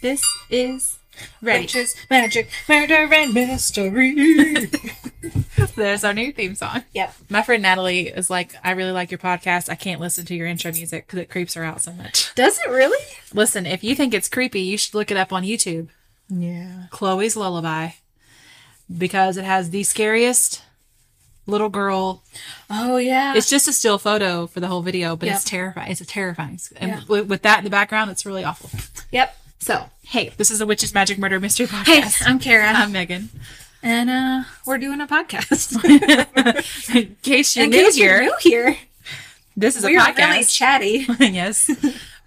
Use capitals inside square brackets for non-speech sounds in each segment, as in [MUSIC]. This is ready. Witches, magic, murder, and mystery. [LAUGHS] There's our new theme song. yep. My friend Natalie is like, I really like your podcast. I can't listen to your intro music because it creeps her out so much. Does it really? Listen, if you think it's creepy, you should look it up on YouTube. Yeah. Chloe's Lullaby, because it has the scariest little girl. Oh yeah. It's just a still photo for the whole video, but it's Yep. terrifying. It's a terrifying. And Yeah. with, with that in the background, it's really awful. yep. So Hey, this is a witch's magic murder mystery podcast. hey, I'm Kara, I'm Megan. and uh, we're doing a [LAUGHS] podcast. in case you're In new case here, you're new here, this is a we're really [LAUGHS] podcast. chatty. [LAUGHS] yes.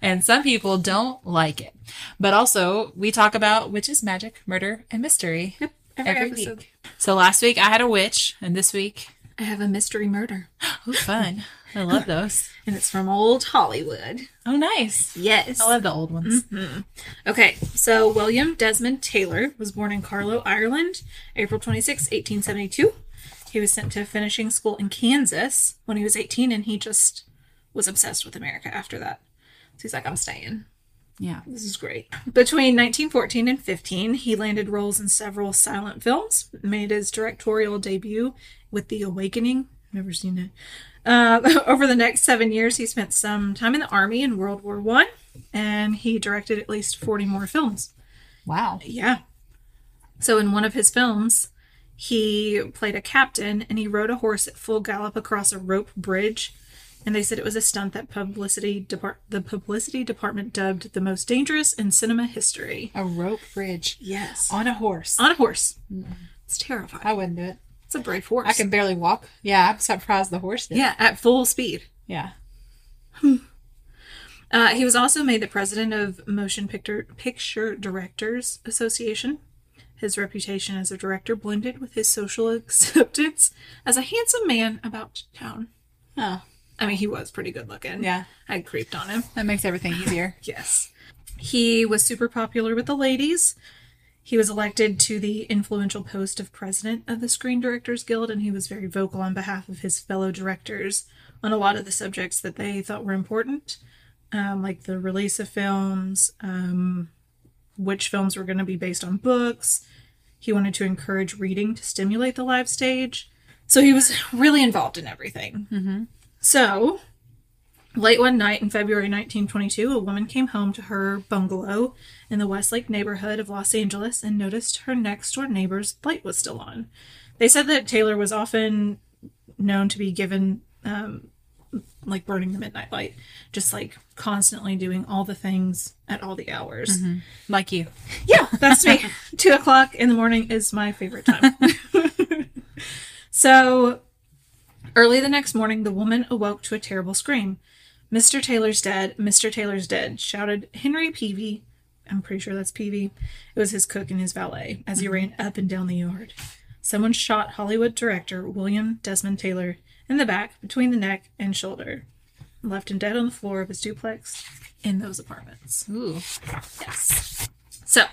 And some people don't like it. But also, we talk about witches, magic, murder, and mystery every, week. So last week I had a witch, and this week, I have a mystery murder, oh, fun. I love those. and it's from old Hollywood. Oh, nice. Yes. I love the old ones. Mm-hmm. Okay, so William Desmond Taylor was born in Carlow, Ireland, April 26, 1872. He was sent to finishing school in Kansas when he was 18, and he just was obsessed with America after that. So he's like, I'm staying. Yeah. This is great. Between 1914 and 15, he landed roles in several silent films, made his directorial debut with The Awakening. Never seen it. Uh, [LAUGHS] over the next seven years, he spent some time in the army in World War One, and he directed at least 40 more films. Wow. Yeah. So in one of his films, he played a captain and he rode a horse at full gallop across a rope bridge. And they said it was a stunt that publicity depart the publicity department dubbed the most dangerous in cinema history. A rope bridge Yes. on a horse. On a horse. It's terrifying. I wouldn't do it. It's a brave horse. I can barely walk. Yeah, I'm surprised the horse did. yeah, at full speed. Yeah. Uh, he was also made the president of Motion Picture Picture Directors Association. His reputation as a director blended with his social [LAUGHS] acceptance as a handsome man about town. Oh, I mean, he was pretty good looking. yeah. I creeped on him. That makes everything easier. Yes. He was super popular with the ladies. He was elected to the influential post of president of the Screen Directors Guild, and he was very vocal on behalf of his fellow directors on a lot of the subjects that they thought were important, um, like the release of films, um, which films were going to be based on books. He wanted to encourage reading to stimulate the live stage. So he was really involved in everything. So, Late one night in February 1922, a woman came home to her bungalow in the Westlake neighborhood of Los Angeles and noticed her next door neighbor's light was still on. They said that Taylor was often known to be given, um, like, burning the midnight light, just like constantly doing all the things at all the hours. Like you. Yeah, that's me. [LAUGHS] Two o'clock in the morning is my favorite time. so early the next morning, the woman awoke to a terrible scream. Mr. Taylor's dead. Mr. Taylor's dead, shouted Henry Peavy. I'm pretty sure that's Peavy. It was his cook and his valet as he ran up and down the yard. Someone shot Hollywood director William Desmond Taylor in the back, between the neck and shoulder, and left him dead on the floor of his duplex in those apartments. Ooh. Yes. So,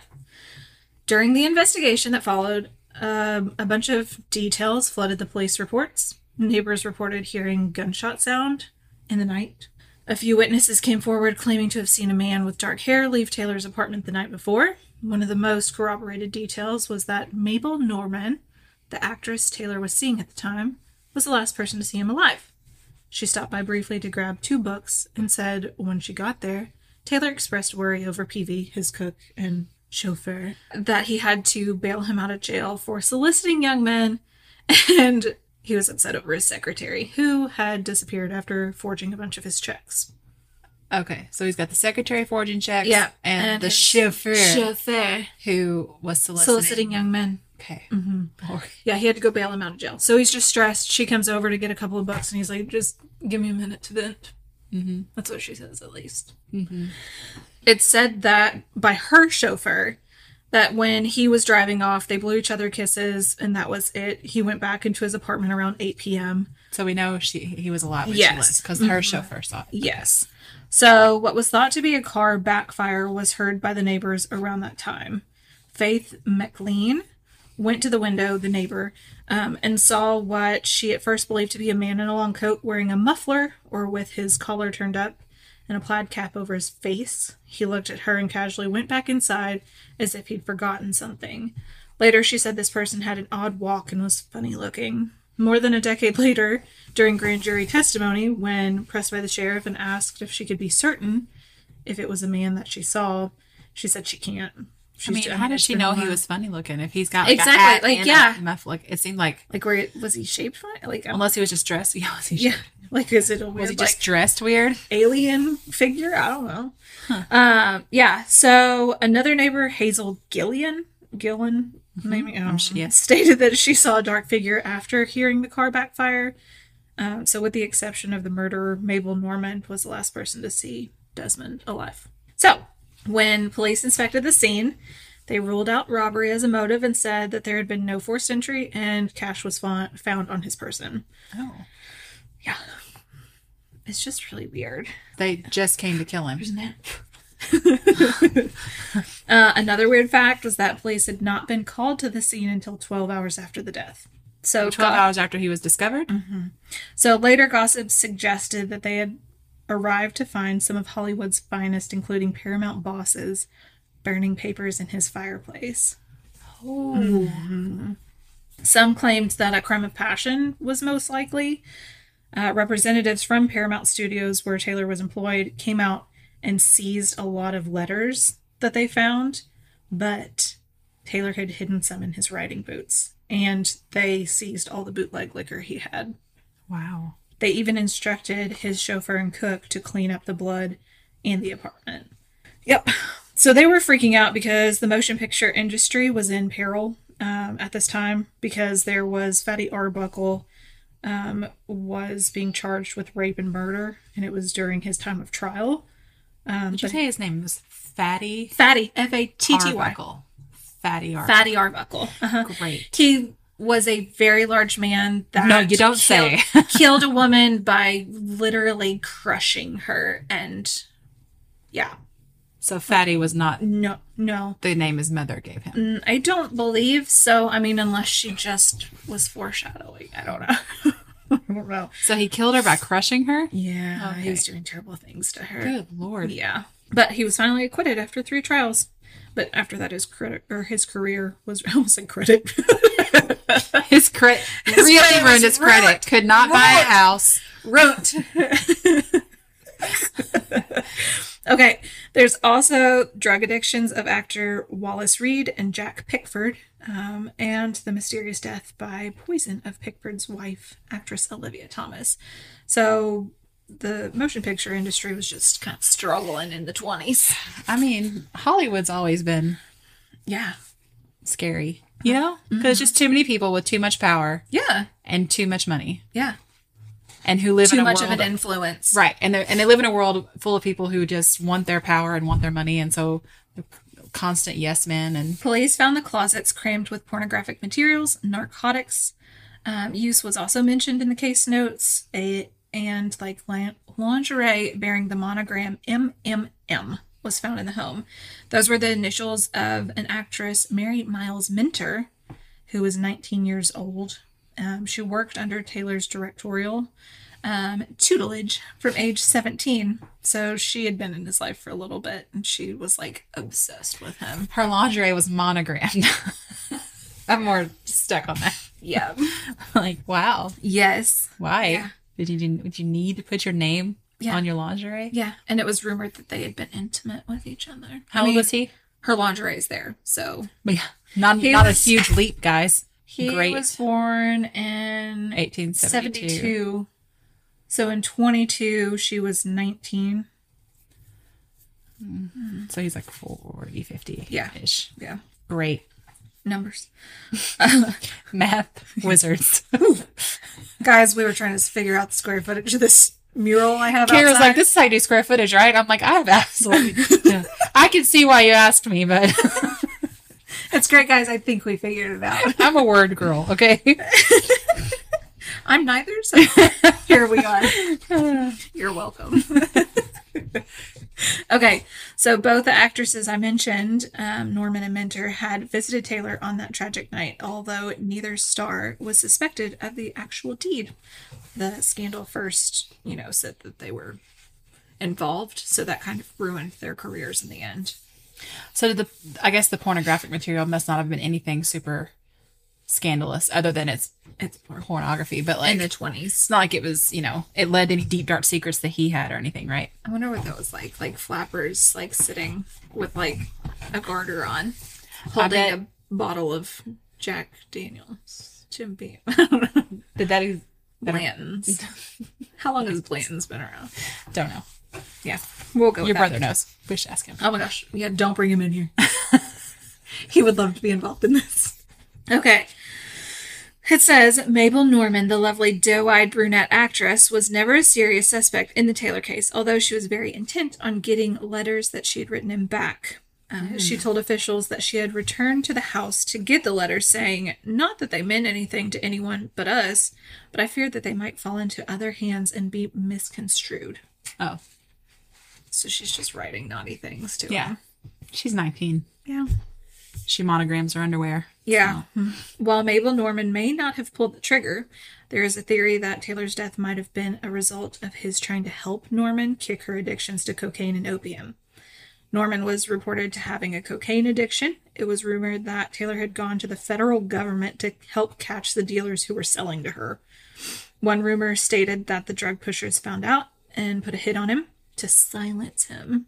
during the investigation that followed, um, a bunch of details flooded the police reports. Neighbors reported hearing gunshot sound in the night. A few witnesses came forward claiming to have seen a man with dark hair leave Taylor's apartment the night before. One of the most corroborated details was that Mabel Norman, the actress Taylor was seeing at the time, was the last person to see him alive. She stopped by briefly to grab two books and said when she got there, Taylor expressed worry over Peavy, his cook and chauffeur, that he had to bail him out of jail for soliciting young men, and he was upset over his secretary, who had disappeared after forging a bunch of his checks. Okay, so he's got the secretary forging checks. Yeah, and, and the his chauffeur Chauffeur. who was soliciting. Mm-hmm. Soliciting young men. Okay. Yeah, he had to go bail him out of jail. So he's just stressed. She comes over to get a couple of bucks, and he's like, "Just give me a minute to vent." Mm-hmm. That's what she says, at least. Mm-hmm. It's said that by her chauffeur, that when he was driving off, they blew each other kisses, and that was it. He went back into his apartment around 8 p.m. So we know she he was alive when she Yes. left because her chauffeur saw it. Yes. So, what was thought to be a car backfire was heard by the neighbors around that time. Faith McLean went to the window, the neighbor, um, and saw what she at first believed to be a man in a long coat wearing a muffler or with his collar turned up, and a plaid cap over his face. He looked at her and casually went back inside as if he'd forgotten something. Later, she said this person had an odd walk and was funny looking. More than a decade [LAUGHS] later, during grand jury testimony, when pressed by the sheriff and asked if she could be certain if it was a man that she saw, she said she can't. I She's mean, doing how it. does It's she been a know he while. was funny looking if he's got like, Exactly, a hat like, and a yeah. muff? Like it seemed like like where was he shaped funny? Like I don't- unless he was just dressed. [LAUGHS] Yeah, was [LAUGHS] he, yeah, like is it a weird was he like, just dressed weird? alien figure. I don't know. Um, yeah. So another neighbor, Hazel Gillian, Gillen, maybe um, sure- yes. stated that she saw a dark figure after hearing the car backfire. Um, so, with the exception of the murderer, Mabel Norman was the last person to see Desmond alive. So, when police inspected the scene, they ruled out robbery as a motive and said that there had been no forced entry and cash was fo- found on his person. Oh, Yeah. It's just really weird. they just came to kill him. [LAUGHS] Uh, another weird fact was that police had not been called to the scene until 12 hours after the death. So, Twelve go- hours after he was discovered. so later gossip suggested that they had arrived to find some of Hollywood's finest, including Paramount bosses, burning papers in his fireplace. Oh, Some claimed that a crime of passion was most likely. Uh, representatives from Paramount Studios, where Taylor was employed, came out and seized a lot of letters that they found, but Taylor had hidden some in his riding boots, and they seized all the bootleg liquor he had. wow. They even instructed his chauffeur and cook to clean up the blood and the apartment. Yep. So they were freaking out because the motion picture industry was in peril um, at this time because there was Fatty Arbuckle um, was being charged with rape and murder, and it was during his time of trial. Did you say his name was Fatty Fatty, F A T T Y. Arbuckle? Fatty Arbuckle. Fatty Arbuckle. Uh-huh. Great. He was a very large man that No, you don't killed, say. [LAUGHS] killed a woman by literally crushing her and yeah. So Fatty was not No no. the name his mother gave him. Mm, I don't believe so. I mean unless she just was foreshadowing. I don't know. [LAUGHS] I don't know. So he killed her by crushing her. Yeah. He Okay. was doing terrible things to her. Good lord. Yeah. But he was finally acquitted after three trials. But after that his credit or his career was [LAUGHS] I almost said credit. [LAUGHS] His credit really credit was ruined his credit. ruined. Could not buy a house. Wrote. okay, there's also drug addictions of actor Wallace Reed and Jack Pickford, um, and the mysterious death by poison of Pickford's wife, actress Olivia Thomas. So the motion picture industry was just kind of struggling in the 20s. I mean, Hollywood's always been Yeah. scary, you know? Because just too many people with too much power Yeah. and too much money Yeah. and who live Too in a much world of an influence. Right. And they and they live in a world full of people who just want their power and want their money and so they're constant yes men and Police found the closets crammed with pornographic materials, narcotics. Um, use was also mentioned in the case notes, a, and like lan- lingerie bearing the monogram MMM was found in the home. Those were the initials of an actress, Mary Miles Minter, who was 19 years old. Um, she worked under Taylor's directorial um, tutelage from age 17. So she had been in his life for a little bit and she was like obsessed with him. her lingerie was monogrammed. [LAUGHS] I'm more stuck on that. [LAUGHS] Yeah. Like, wow. yes. Why? Yeah. Did you did you need to put your name Yeah. on your lingerie? Yeah. And it was rumored that they had been intimate with each other. How old was he? Her lingerie is there. So But yeah, not He not was- [LAUGHS] a huge leap, guys. he Great. was born in 1872. 72. So in 22, she was 19. So he's like 40, 50 Yeah. ish. Yeah. Great. Numbers. [LAUGHS] Math wizards. [LAUGHS] Guys, we were trying to figure out the square footage of this mural I have. Kara's outside. like, this is how you do square footage, right? I'm like, I [LAUGHS] have absolutely. no- I can see why you asked me, but [LAUGHS] It's great, guys. I think we figured it out. I'm a word girl, okay? I'm neither, so here we are. You're welcome. [LAUGHS] okay, so both the actresses I mentioned, um, Norman and Minter, had visited Taylor on that tragic night, although neither star was suspected of the actual deed. The scandal first, you know, said that they were involved. So that kind of ruined their careers in the end. So did the I guess the pornographic material must not have been anything super scandalous other than it's It's poor. pornography, but like In the 20s. it's not like it was, you know, it led to any deep dark secrets that he had or anything, right? I wonder what that was like. Like flappers, like sitting with like a garter on, holding bet- a bottle of Jack Daniels. Jim Beam. [LAUGHS] I don't know. Did that e-, ex- Blanton's. How long has Blanton's been around? don't know. Yeah, we'll go. Your with that. brother knows. We should ask him. Oh my gosh. Yeah, don't bring him in here. [LAUGHS] he would love to be involved in this. Okay. It says Mabel Norman, the lovely doe eyed brunette actress, was never a serious suspect in the Taylor case, although she was very intent on getting letters that she had written him back. Uh, She told officials that she had returned to the house to get the letters, saying, Not that they meant anything to anyone but us, but I feared that they might fall into other hands and be misconstrued. Oh, So she's just writing naughty things to yeah. him. She's 19. Yeah. She monograms her underwear. Yeah. While Mabel Norman may not have pulled the trigger, there is a theory that Taylor's death might have been a result of his trying to help Norman kick her addictions to cocaine and opium. Norman was reported to having a cocaine addiction. It was rumored that Taylor had gone to the federal government to help catch the dealers who were selling to her. One rumor stated that the drug pushers found out and put a hit on him to silence him.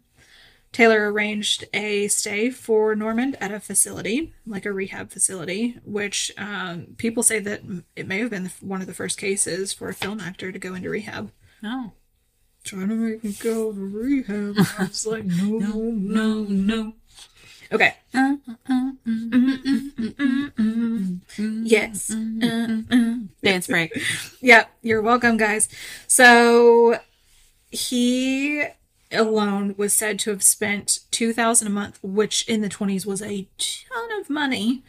Taylor arranged a stay for Norman at a facility, like a rehab facility, which um, people say that it may have been the- one of the first cases for a film actor to go into rehab. Oh. Trying to make me go to rehab. I was like, no, no, no, Oh, no. Okay. Yes. Dance break. Yep, you're welcome, guys. So he alone was said to have spent two thousand a month, which in the twenties was a ton of money,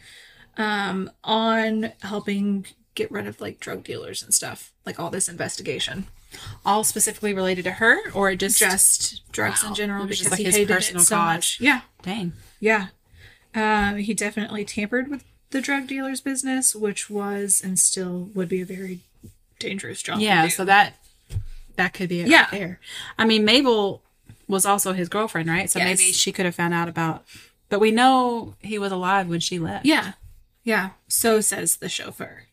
um, on helping get rid of like drug dealers and stuff, like all this investigation, All specifically related to her or it just, just drugs in Wow. general, It was because just, like, he his hated it personal so cause. much. Yeah, dang. yeah. Um, he definitely tampered with the drug dealer's business, which was and still would be a very dangerous job. to Yeah, do. so that that could be it Yeah. right there. I mean, Mabel was also his girlfriend, right? So Yes. maybe she could have found out about but we know he was alive when she left. Yeah. Yeah. So says the chauffeur.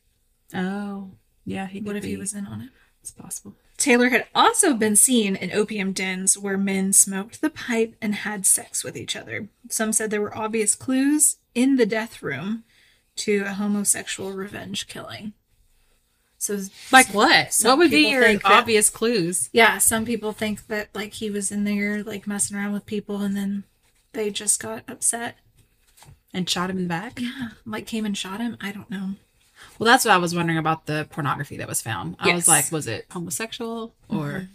Oh. Yeah, he What could if he be. was in on it? it's possible. Taylor had also been seen in opium dens where men smoked the pipe and had sex with each other. Some said there were obvious clues in the death room to a homosexual revenge killing. So, Like what? Some what would be people your think that- obvious clues? yeah, some people think that like he was in there like messing around with people and then they just got upset. And shot him in the back? Yeah, like came and shot him. I don't know. Well, that's what I was wondering about the pornography that was found. I Yes. Mm-hmm. was like, was it homosexual or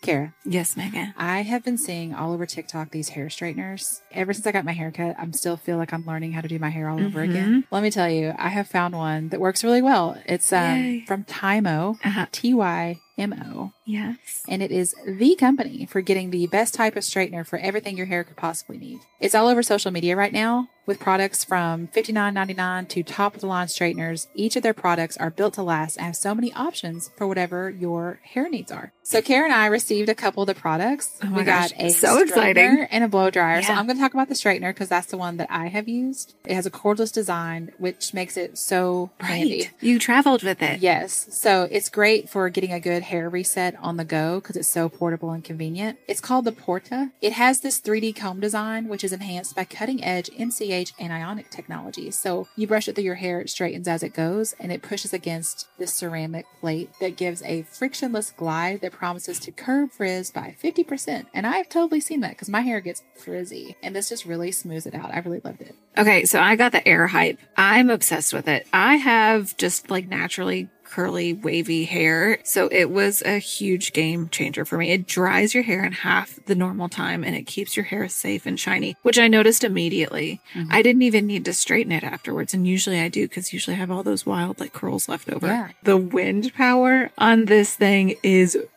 Kara, Yes, Megan. I have been seeing all over TikTok these hair straighteners. Ever since I got my hair cut, I'm still feel like I'm learning how to do my hair all over again. Let me tell you, I have found one that works really well. It's Yay. um, from Tymo, Uh-huh. T Y M O, Yes. and it is the company for getting the best type of straightener for everything your hair could possibly need. It's all over social media right now with products from $59.99 to top of the line straighteners. Each of their products are built to last and have so many options for whatever your hair needs are. So Kara and I received a couple of the products. Oh my we gosh, got a so exciting. straightener and a blow dryer. So Yeah. I'm going to talk about the straightener because that's the one that I have used. It has a cordless design, which makes it so handy. You traveled with it. Yes. So it's great for getting a good hair reset on the go because it's so portable and convenient. It's called the Porta. It has this 3D comb design, which is enhanced by cutting edge MCH and ionic technology. So you brush it through your hair, it straightens as it goes, and it pushes against this ceramic plate that gives a frictionless glide that promises to curb frizz by 50%. And I've totally seen that because my hair gets frizzy, and this just really smooths it out. I really loved it. Okay, so I got the air hype. I'm obsessed with it. I have just like naturally curly, wavy hair. So it was a huge game changer for me. It dries your hair in half the normal time and it keeps your hair safe and shiny, which I noticed immediately. I didn't even need to straighten it afterwards. And usually I do because usually I have all those wild like curls left over. Yeah. The wind power on this thing is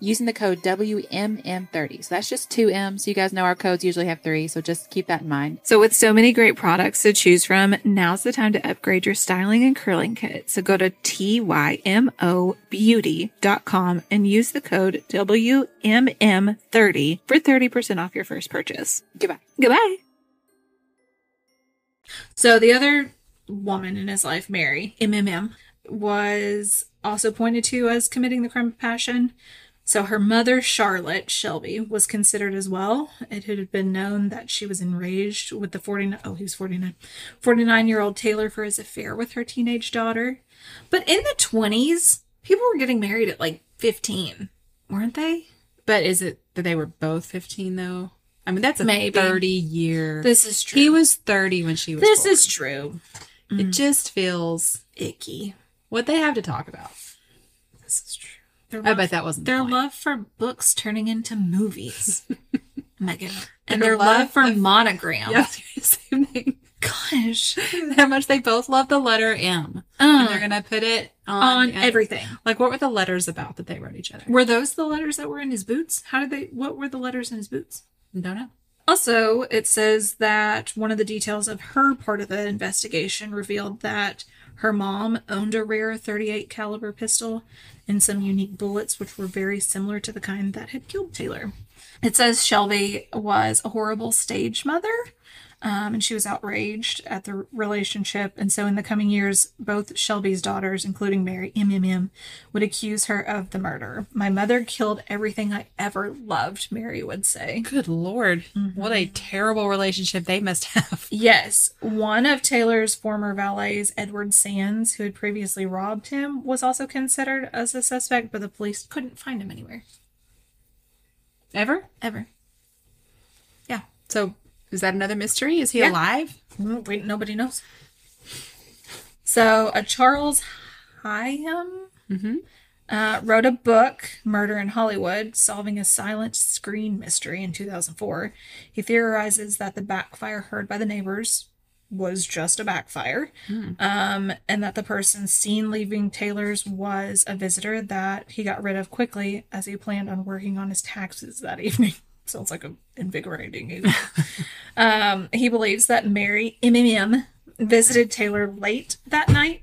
using the code WMM30. So that's just two M's. You guys know our codes usually have three, so just keep that in mind. So with so many great products to choose from, now's the time to upgrade your styling and curling kit. So go to tymobeauty.com and use the code WMM30 for 30% off your first purchase. Goodbye. Goodbye. So the other woman in his life, Mary, MMM, was also pointed to as committing the crime of passion. So her mother, Charlotte Shelby, was considered as well. It had been known that she was enraged with the 49 oh, he was 49 49 year old Taylor for his affair with her teenage daughter. But in the 20s, people were getting married at like 15, weren't they? But is it that they were both 15 though? I mean, that's a Maybe. 30 year. This is true. he was 30 when she was. this born. is true. Mm. It just feels Icky. what they have to talk about. This is true. They're I bet that wasn't the their point. love for books turning into [LAUGHS] movies, Megan, and Their their, love, love for of- monogram. Yeah, [LAUGHS] same thing. [LAUGHS] Gosh, How much they both love the letter M. and Uh. they're gonna put it on, on everything. Like, what were the letters about that they wrote each other? Were those the letters that were in his boots? How did they? What were the letters in his boots? Don't know. Also, it says that one of the details of her part of the investigation revealed that her mom owned a rare 38 caliber pistol and some unique bullets which were very similar to the kind that had killed Taylor. It says Shelby was a horrible stage mother. Um, and she was outraged at the relationship. And so, in the coming years, both Shelby's daughters, including Mary MMM, would accuse her of the murder. My mother killed everything I ever loved, Mary would say. Good lord, what a terrible relationship they must have. Yes, one of Taylor's former valets, Edward Sands, who had previously robbed him, was also considered as a suspect, but the police couldn't find him anywhere [LAUGHS] Ever? ever. Yeah, So, is that another mystery? Is he Yeah. alive? Mm, we, nobody knows. So, a Charles Hyam uh, wrote a book, Murder in Hollywood, solving a silent screen mystery in 2004. He theorizes that the backfire heard by the neighbors was just a backfire, um, and that the person seen leaving Taylor's was a visitor that he got rid of quickly as he planned on working on his taxes that [LAUGHS] evening. Sounds like a invigorating evening. Um, he believes that Mary MMM visited Taylor late that night,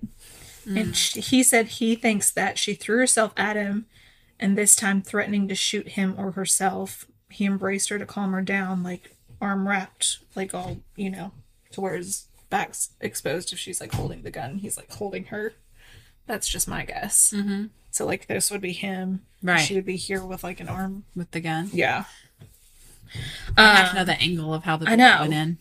and sh he said he thinks that she threw herself at him, and this time threatening to shoot him or herself. He embraced her to calm her down, like arm wrapped, like all you know, to where his back's exposed if she's like holding the gun. He's like holding her. That's just my guess. Mhm. So like this would be him. Right. She would be here with like an arm. With the gun? Yeah. I have to know the angle of how the Uh, I bullet know. went in.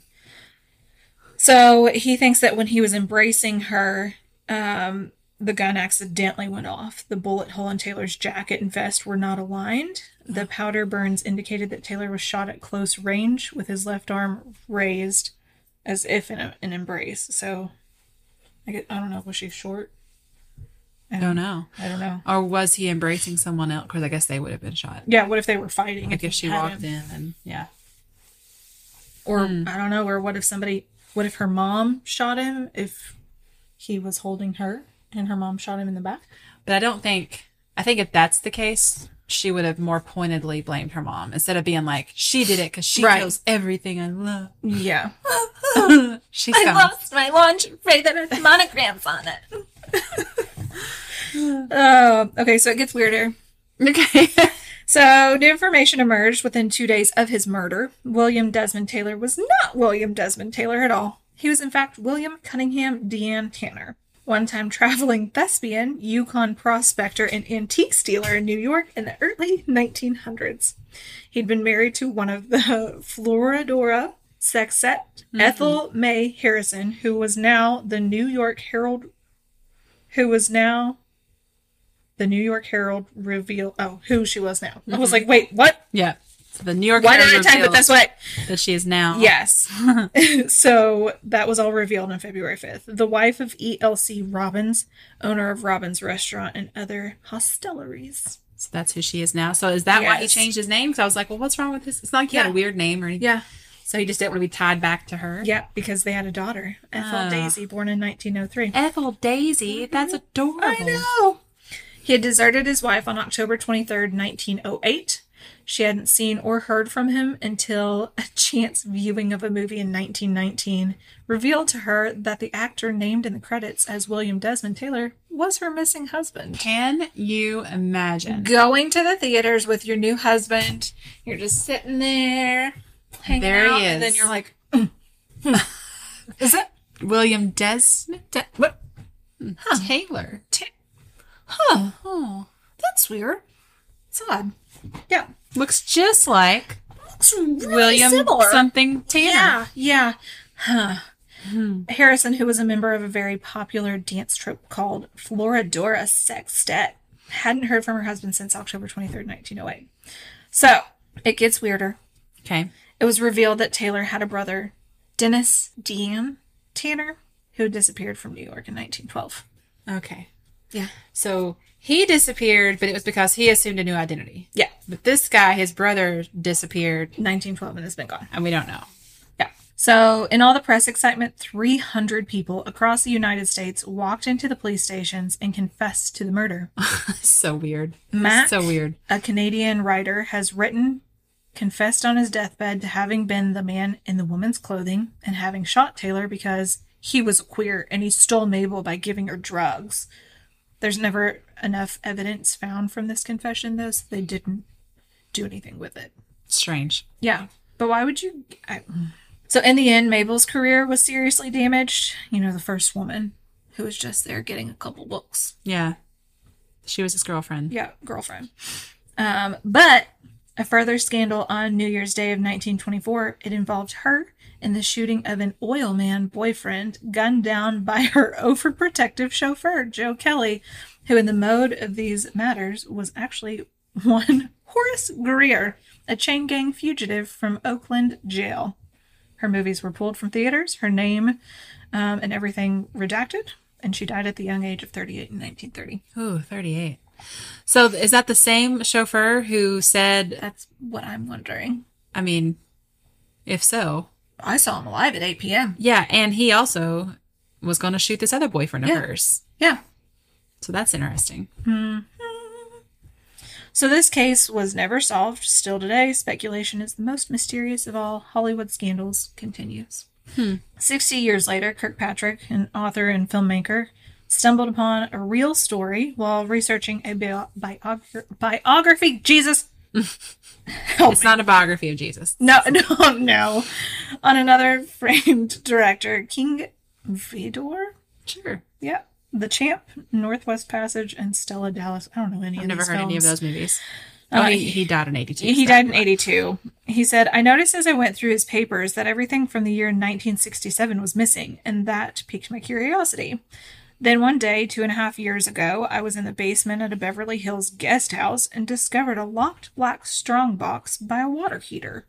So he thinks that when he was embracing her, um, the gun accidentally went off. The bullet hole in Taylor's jacket and vest were not aligned. The powder burns indicated that Taylor was shot at close range with his left arm raised as if in a, an embrace. So I, get, I don't know. Was she short? I don't know. I don't know. Or was he embracing someone else? Because I guess they would have been shot. Yeah, what if they were fighting? Like if she had walked him? in and yeah. Or I don't know. Or what if somebody, what if her mom shot him if he was holding her and her mom shot him in the back? But I don't think, I think if that's the case, she would have more pointedly blamed her mom instead of being like, she did it because she Right. kills everything I love. Yeah. She sounds, my lunch tray that has monograms on it. Oh, okay, so it gets weirder. okay. So, new information emerged within two days of his murder. William Desmond Taylor was not William Desmond Taylor at all. He was, in fact, William Cunningham Deanne Tanner, one time traveling thespian, Yukon prospector, and antique stealer in New York in the early 1900s. He'd been married to one of the [LAUGHS] Floridora sextet, Ethel May Harrison, who was now the New York Herald, who was now the New York Herald reveal. Oh, who she was now. I Oh. was like, wait, what? [LAUGHS] yeah. So the New York One Herald at a time, but that's reveals what. that she is [LAUGHS] now. Yes. so that was all revealed on February 5th. The wife of E.L.C. Robbins, owner of Robbins Restaurant and other hostelries. So that's who she is now. So is that why he Yes. changed his name? Because I was like, well, what's wrong with this? It's not like he had Yeah. a weird name or anything. Yeah. So he just didn't want to be tied back to her. Yeah, because they had a daughter, Ethel Ah. Daisy, born in 1903. Ethel Daisy, that's adorable. Mm-hmm. know. He had deserted his wife on October 23rd, 1908. She hadn't seen or heard from him until a chance viewing of a movie in 1919 revealed to her that the actor named in the credits as William Desmond Taylor was her missing husband. Can you imagine? Going to the theaters with your new husband, you're just sitting there, hanging There he out, and then is. you're like, "Mm. [LAUGHS] is it William Desmond De- what? Taylor. T- Oh, That's weird. It's odd. Yeah, looks just like looks really William something Tanner. Yeah, yeah. Huh. Harrison, who was a member of a very popular dance troupe called Floridora Sextet, hadn't heard from her husband since October 23rd, 1908. So it gets weirder. Okay. It was revealed that Taylor had a brother, Dennis Dean Tanner, who disappeared from New York in 1912. Okay. Yeah. So he disappeared, but it was because he assumed a new identity. Yeah. But this guy, his brother, disappeared, 1912 and has been gone. and we don't know. Yeah. So, in all the press excitement, 300 people across the United States walked into the police stations and confessed to the murder. so weird. Mac? So weird. a Canadian writer, has written, confessed on his deathbed to having been the man in the woman's clothing and having shot Taylor because he was queer and he stole Mabel by giving her drugs. There's never enough evidence found from this confession, though, so they didn't do anything with it. Strange. Yeah, but why would you? I, so in the end, Mabel's career was seriously damaged. You know, the first woman who was just there getting a couple books. Yeah. She was his girlfriend. Yeah, girlfriend. Um, but a further scandal on New Year's Day of 1924, it involved her in the shooting of an oil man boyfriend gunned down by her [LAUGHS] overprotective chauffeur, Joe Kelly, who, in the mode of these matters, was actually [LAUGHS] one Horace Greer, a chain gang fugitive from Oakland jail. Her movies were pulled from theaters, her name um, and everything redacted, and she died at the young age of 38 in 1930. Ooh, 38. So th- is that the same chauffeur who said, That's what I'm wondering. I mean, if so, I saw him alive at 8 p.m. yeah, and he also was going to shoot this other boyfriend of Yeah. hers. Yeah. So that's interesting. So this case was never solved. Still today, speculation is the most mysterious of all Hollywood scandals continues. Hmm. 60 years later, Kirkpatrick, an author and filmmaker, stumbled upon a real story while researching a bio- biography. biography. Jesus! Oh It's not a biography of Jesus. No, [LAUGHS] no, no. On another framed [LAUGHS] director, King Vidor? Sure. Yeah. The Champ, Northwest Passage, and Stella Dallas. I don't know any I've of never these heard any of films. those movies. Oh, Oh, he, he- he died in 82. He so- died in 82. He said, I noticed as I went through his papers that everything from the year 1967 was missing, and that piqued my curiosity. Then one day, two and a half years ago, I was in the basement at a Beverly Hills guest house and discovered a locked black strongbox by a water heater.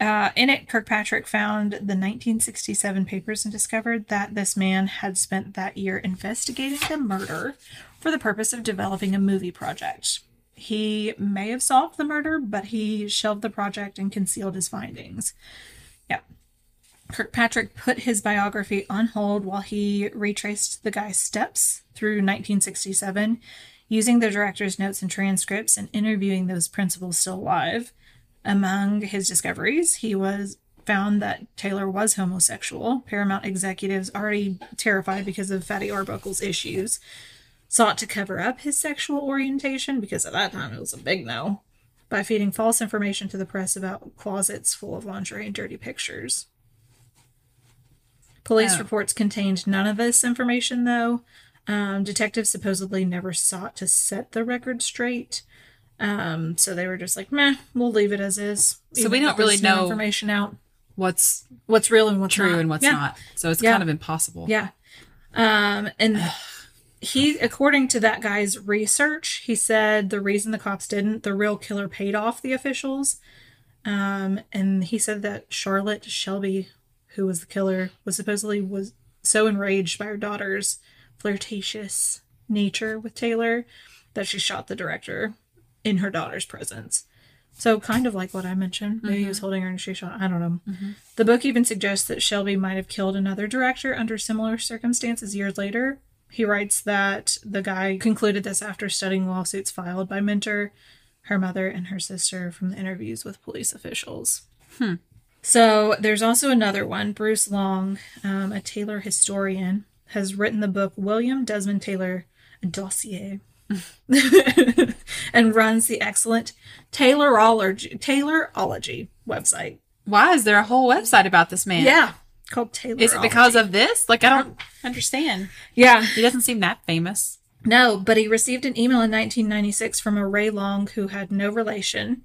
Uh, in it, Kirkpatrick found the 1967 papers and discovered that this man had spent that year investigating the murder for the purpose of developing a movie project. He may have solved the murder, but he shelved the project and concealed his findings. Yeah. Kirkpatrick put his biography on hold while he retraced the guy's steps through 1967, using the director's notes and transcripts and interviewing those principals still alive. Among his discoveries, he was found that Taylor was homosexual. Paramount executives, already terrified because of Fatty Arbuckle's issues, sought to cover up his sexual orientation because at that time it was a big no by feeding false information to the press about closets full of lingerie and dirty pictures. Police reports contained none of this information, though. Um, detectives supposedly never sought to set the record straight. Um, so they were just like, meh, we'll leave it as is. So we even with don't this really new know- information out. What's What's real and what's true not. and what's Yeah. not. So it's Yeah. kind of impossible. Yeah. Um, and he according to that guy's research he said the reason the cops didn't the real killer paid off the officials um, and he said that charlotte shelby who was the killer was supposedly was so enraged by her daughter's flirtatious nature with taylor that she shot the director in her daughter's presence so kind of like what I mentioned, maybe he was holding her and she shot. I don't know. The book even suggests that Shelby might have killed another director under similar circumstances years later. He writes that the guy concluded this after studying lawsuits filed by Minter, her mother, and her sister from the interviews with police officials. So there's also another one. Bruce Long, um, a Taylor historian, has written the book William Desmond Taylor, a dossier [LAUGHS] and runs the excellent Taylorology, Taylorology website. Why is there a whole website about this man? Yeah, called Taylor. Is it because of this? Like, I don't understand. [LAUGHS] Yeah. He doesn't seem that famous. No, but he received an email in 1996 from a Ray Long who had no relation.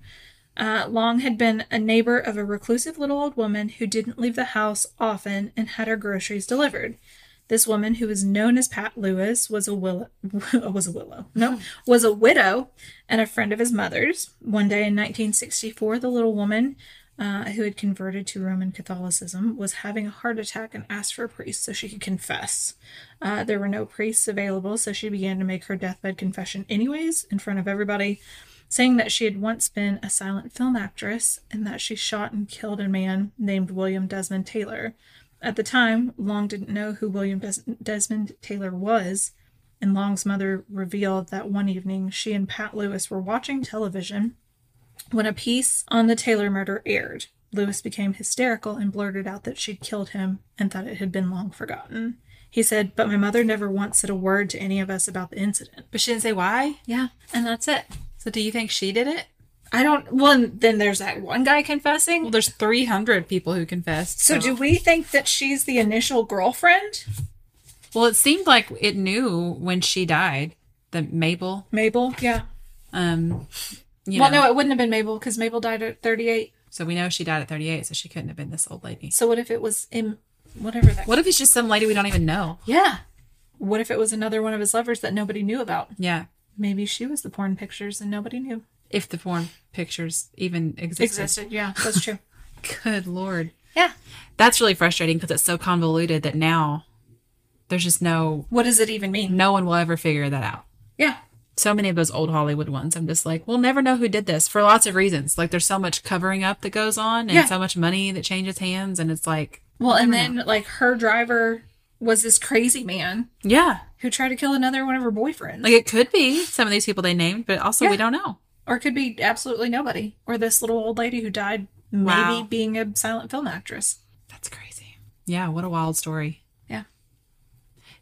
Uh, Long had been a neighbor of a reclusive little old woman who didn't leave the house often and had her groceries delivered. This woman, who was known as Pat Lewis, was a willow. [LAUGHS] Was a willow? [LAUGHS] No, was a widow and a friend of his mother's. One day in 1964, the little woman, uh, who had converted to Roman Catholicism, was having a heart attack and asked for a priest so she could confess. Uh, there were no priests available, so she began to make her deathbed confession anyways in front of everybody, saying that she had once been a silent film actress and that she shot and killed a man named William Desmond Taylor. At the time, Long didn't know who William Des- Desmond Taylor was, and Long's mother revealed that one evening she and Pat Lewis were watching television when a piece on the Taylor murder aired. Lewis became hysterical and blurted out that she'd killed him and that it had been long forgotten. He said, But my mother never once said a word to any of us about the incident. But she didn't say why. Yeah, and that's it. So do you think she did it? I don't. Well, and then there's that one guy confessing. Well, there's 300 people who confessed. So, do we think that she's the initial girlfriend, Well, it seemed like it knew when she died that Mabel, Mabel? Yeah. um, you well, know, no, it wouldn't have been Mabel because Mabel died at 38. so we know she died at 38, so she couldn't have been this old lady. So what if it was in whatever that? What if it's just some lady we don't even know? Yeah. What if it was another one of his lovers that nobody knew about? Yeah. Maybe she was the porn pictures and nobody knew If the porn pictures even existed. existed. Yeah, that's [LAUGHS] true. Good Lord. yeah. That's really frustrating because it's so convoluted that now there's just no, What does it even mean? no one will ever figure that out. Yeah. so many of those old Hollywood ones. I'm just like, we'll never know who did this for lots of reasons. Like there's so much covering up that goes on and Yeah. so much money that changes hands and it's like, Well, and then like her driver was this crazy man yeah, who tried to kill another one of her boyfriends. like it could be some of these people they named, but also Yeah. we don't know. or it could be absolutely nobody or this little old lady who died maybe Wow. being a silent film actress That's crazy. Yeah, what a wild story. Yeah.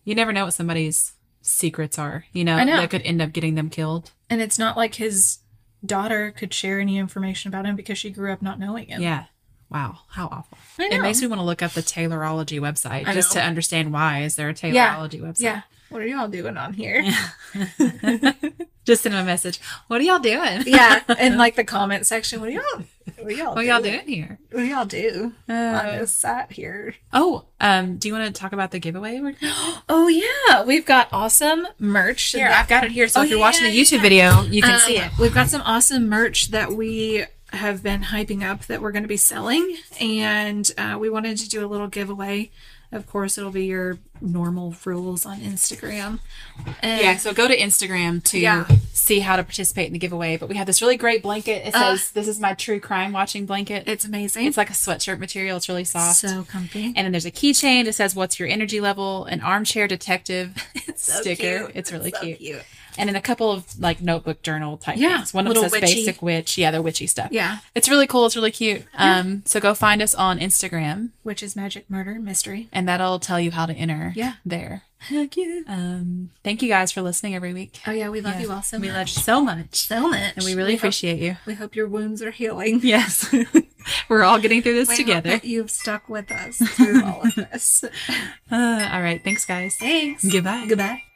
You never know what somebody's secrets are, you know, I know. that could end up getting them killed. and it's not like his daughter could share any information about him because she grew up not knowing him Yeah. Wow, how awful. I It know. makes me want to look up the Taylorology website I just know. to understand why is there a Taylorology Yeah. website. yeah what are y'all doing on here Just send them a message. What are y'all doing? [LAUGHS] [LAUGHS] yeah and like the comment section what are y'all what are y'all What are y'all doing here? what do y'all do on this site here Oh, um, do you want to talk about the giveaway? we're doing? oh yeah we've got awesome merch Here, I've got it here. So Oh, if you're yeah, watching the yeah, YouTube video, you can Um, see it. We've got some awesome merch that we have been hyping up that we're going to be selling, and uh, we wanted to do a little giveaway. Of course, it'll be your normal rules on Instagram. And Yeah, so go to Instagram to Yeah. see how to participate in the giveaway. But we have this really great blanket. It says, "This is my true crime watching blanket." it's amazing. It's like a sweatshirt material. It's really soft. so comfy. and then there's a keychain that says, "What's your energy level?" An [LAUGHS] armchair detective so [LAUGHS] sticker. cute. It's really So cute. And then a couple of like notebook journal type Yeah, things. One of them little says witchy. "Basic Witch." Yeah, they're witchy stuff. Yeah, It's really cool. It's really cute. Um, so go find us on Instagram, which is magic, murder, mystery. and that'll tell you how to enter. Yeah. there. Heck yeah. Um, thank you guys for listening every week. Oh yeah, we love you all so We much. love you so much, so much, and we really appreciate you. [LAUGHS] Hope, we hope your wounds are healing. Yes, [LAUGHS] we're all getting through this We hope together. that you've stuck with us through all of this. [LAUGHS] Uh, all right, thanks, guys. Thanks. Goodbye. Goodbye.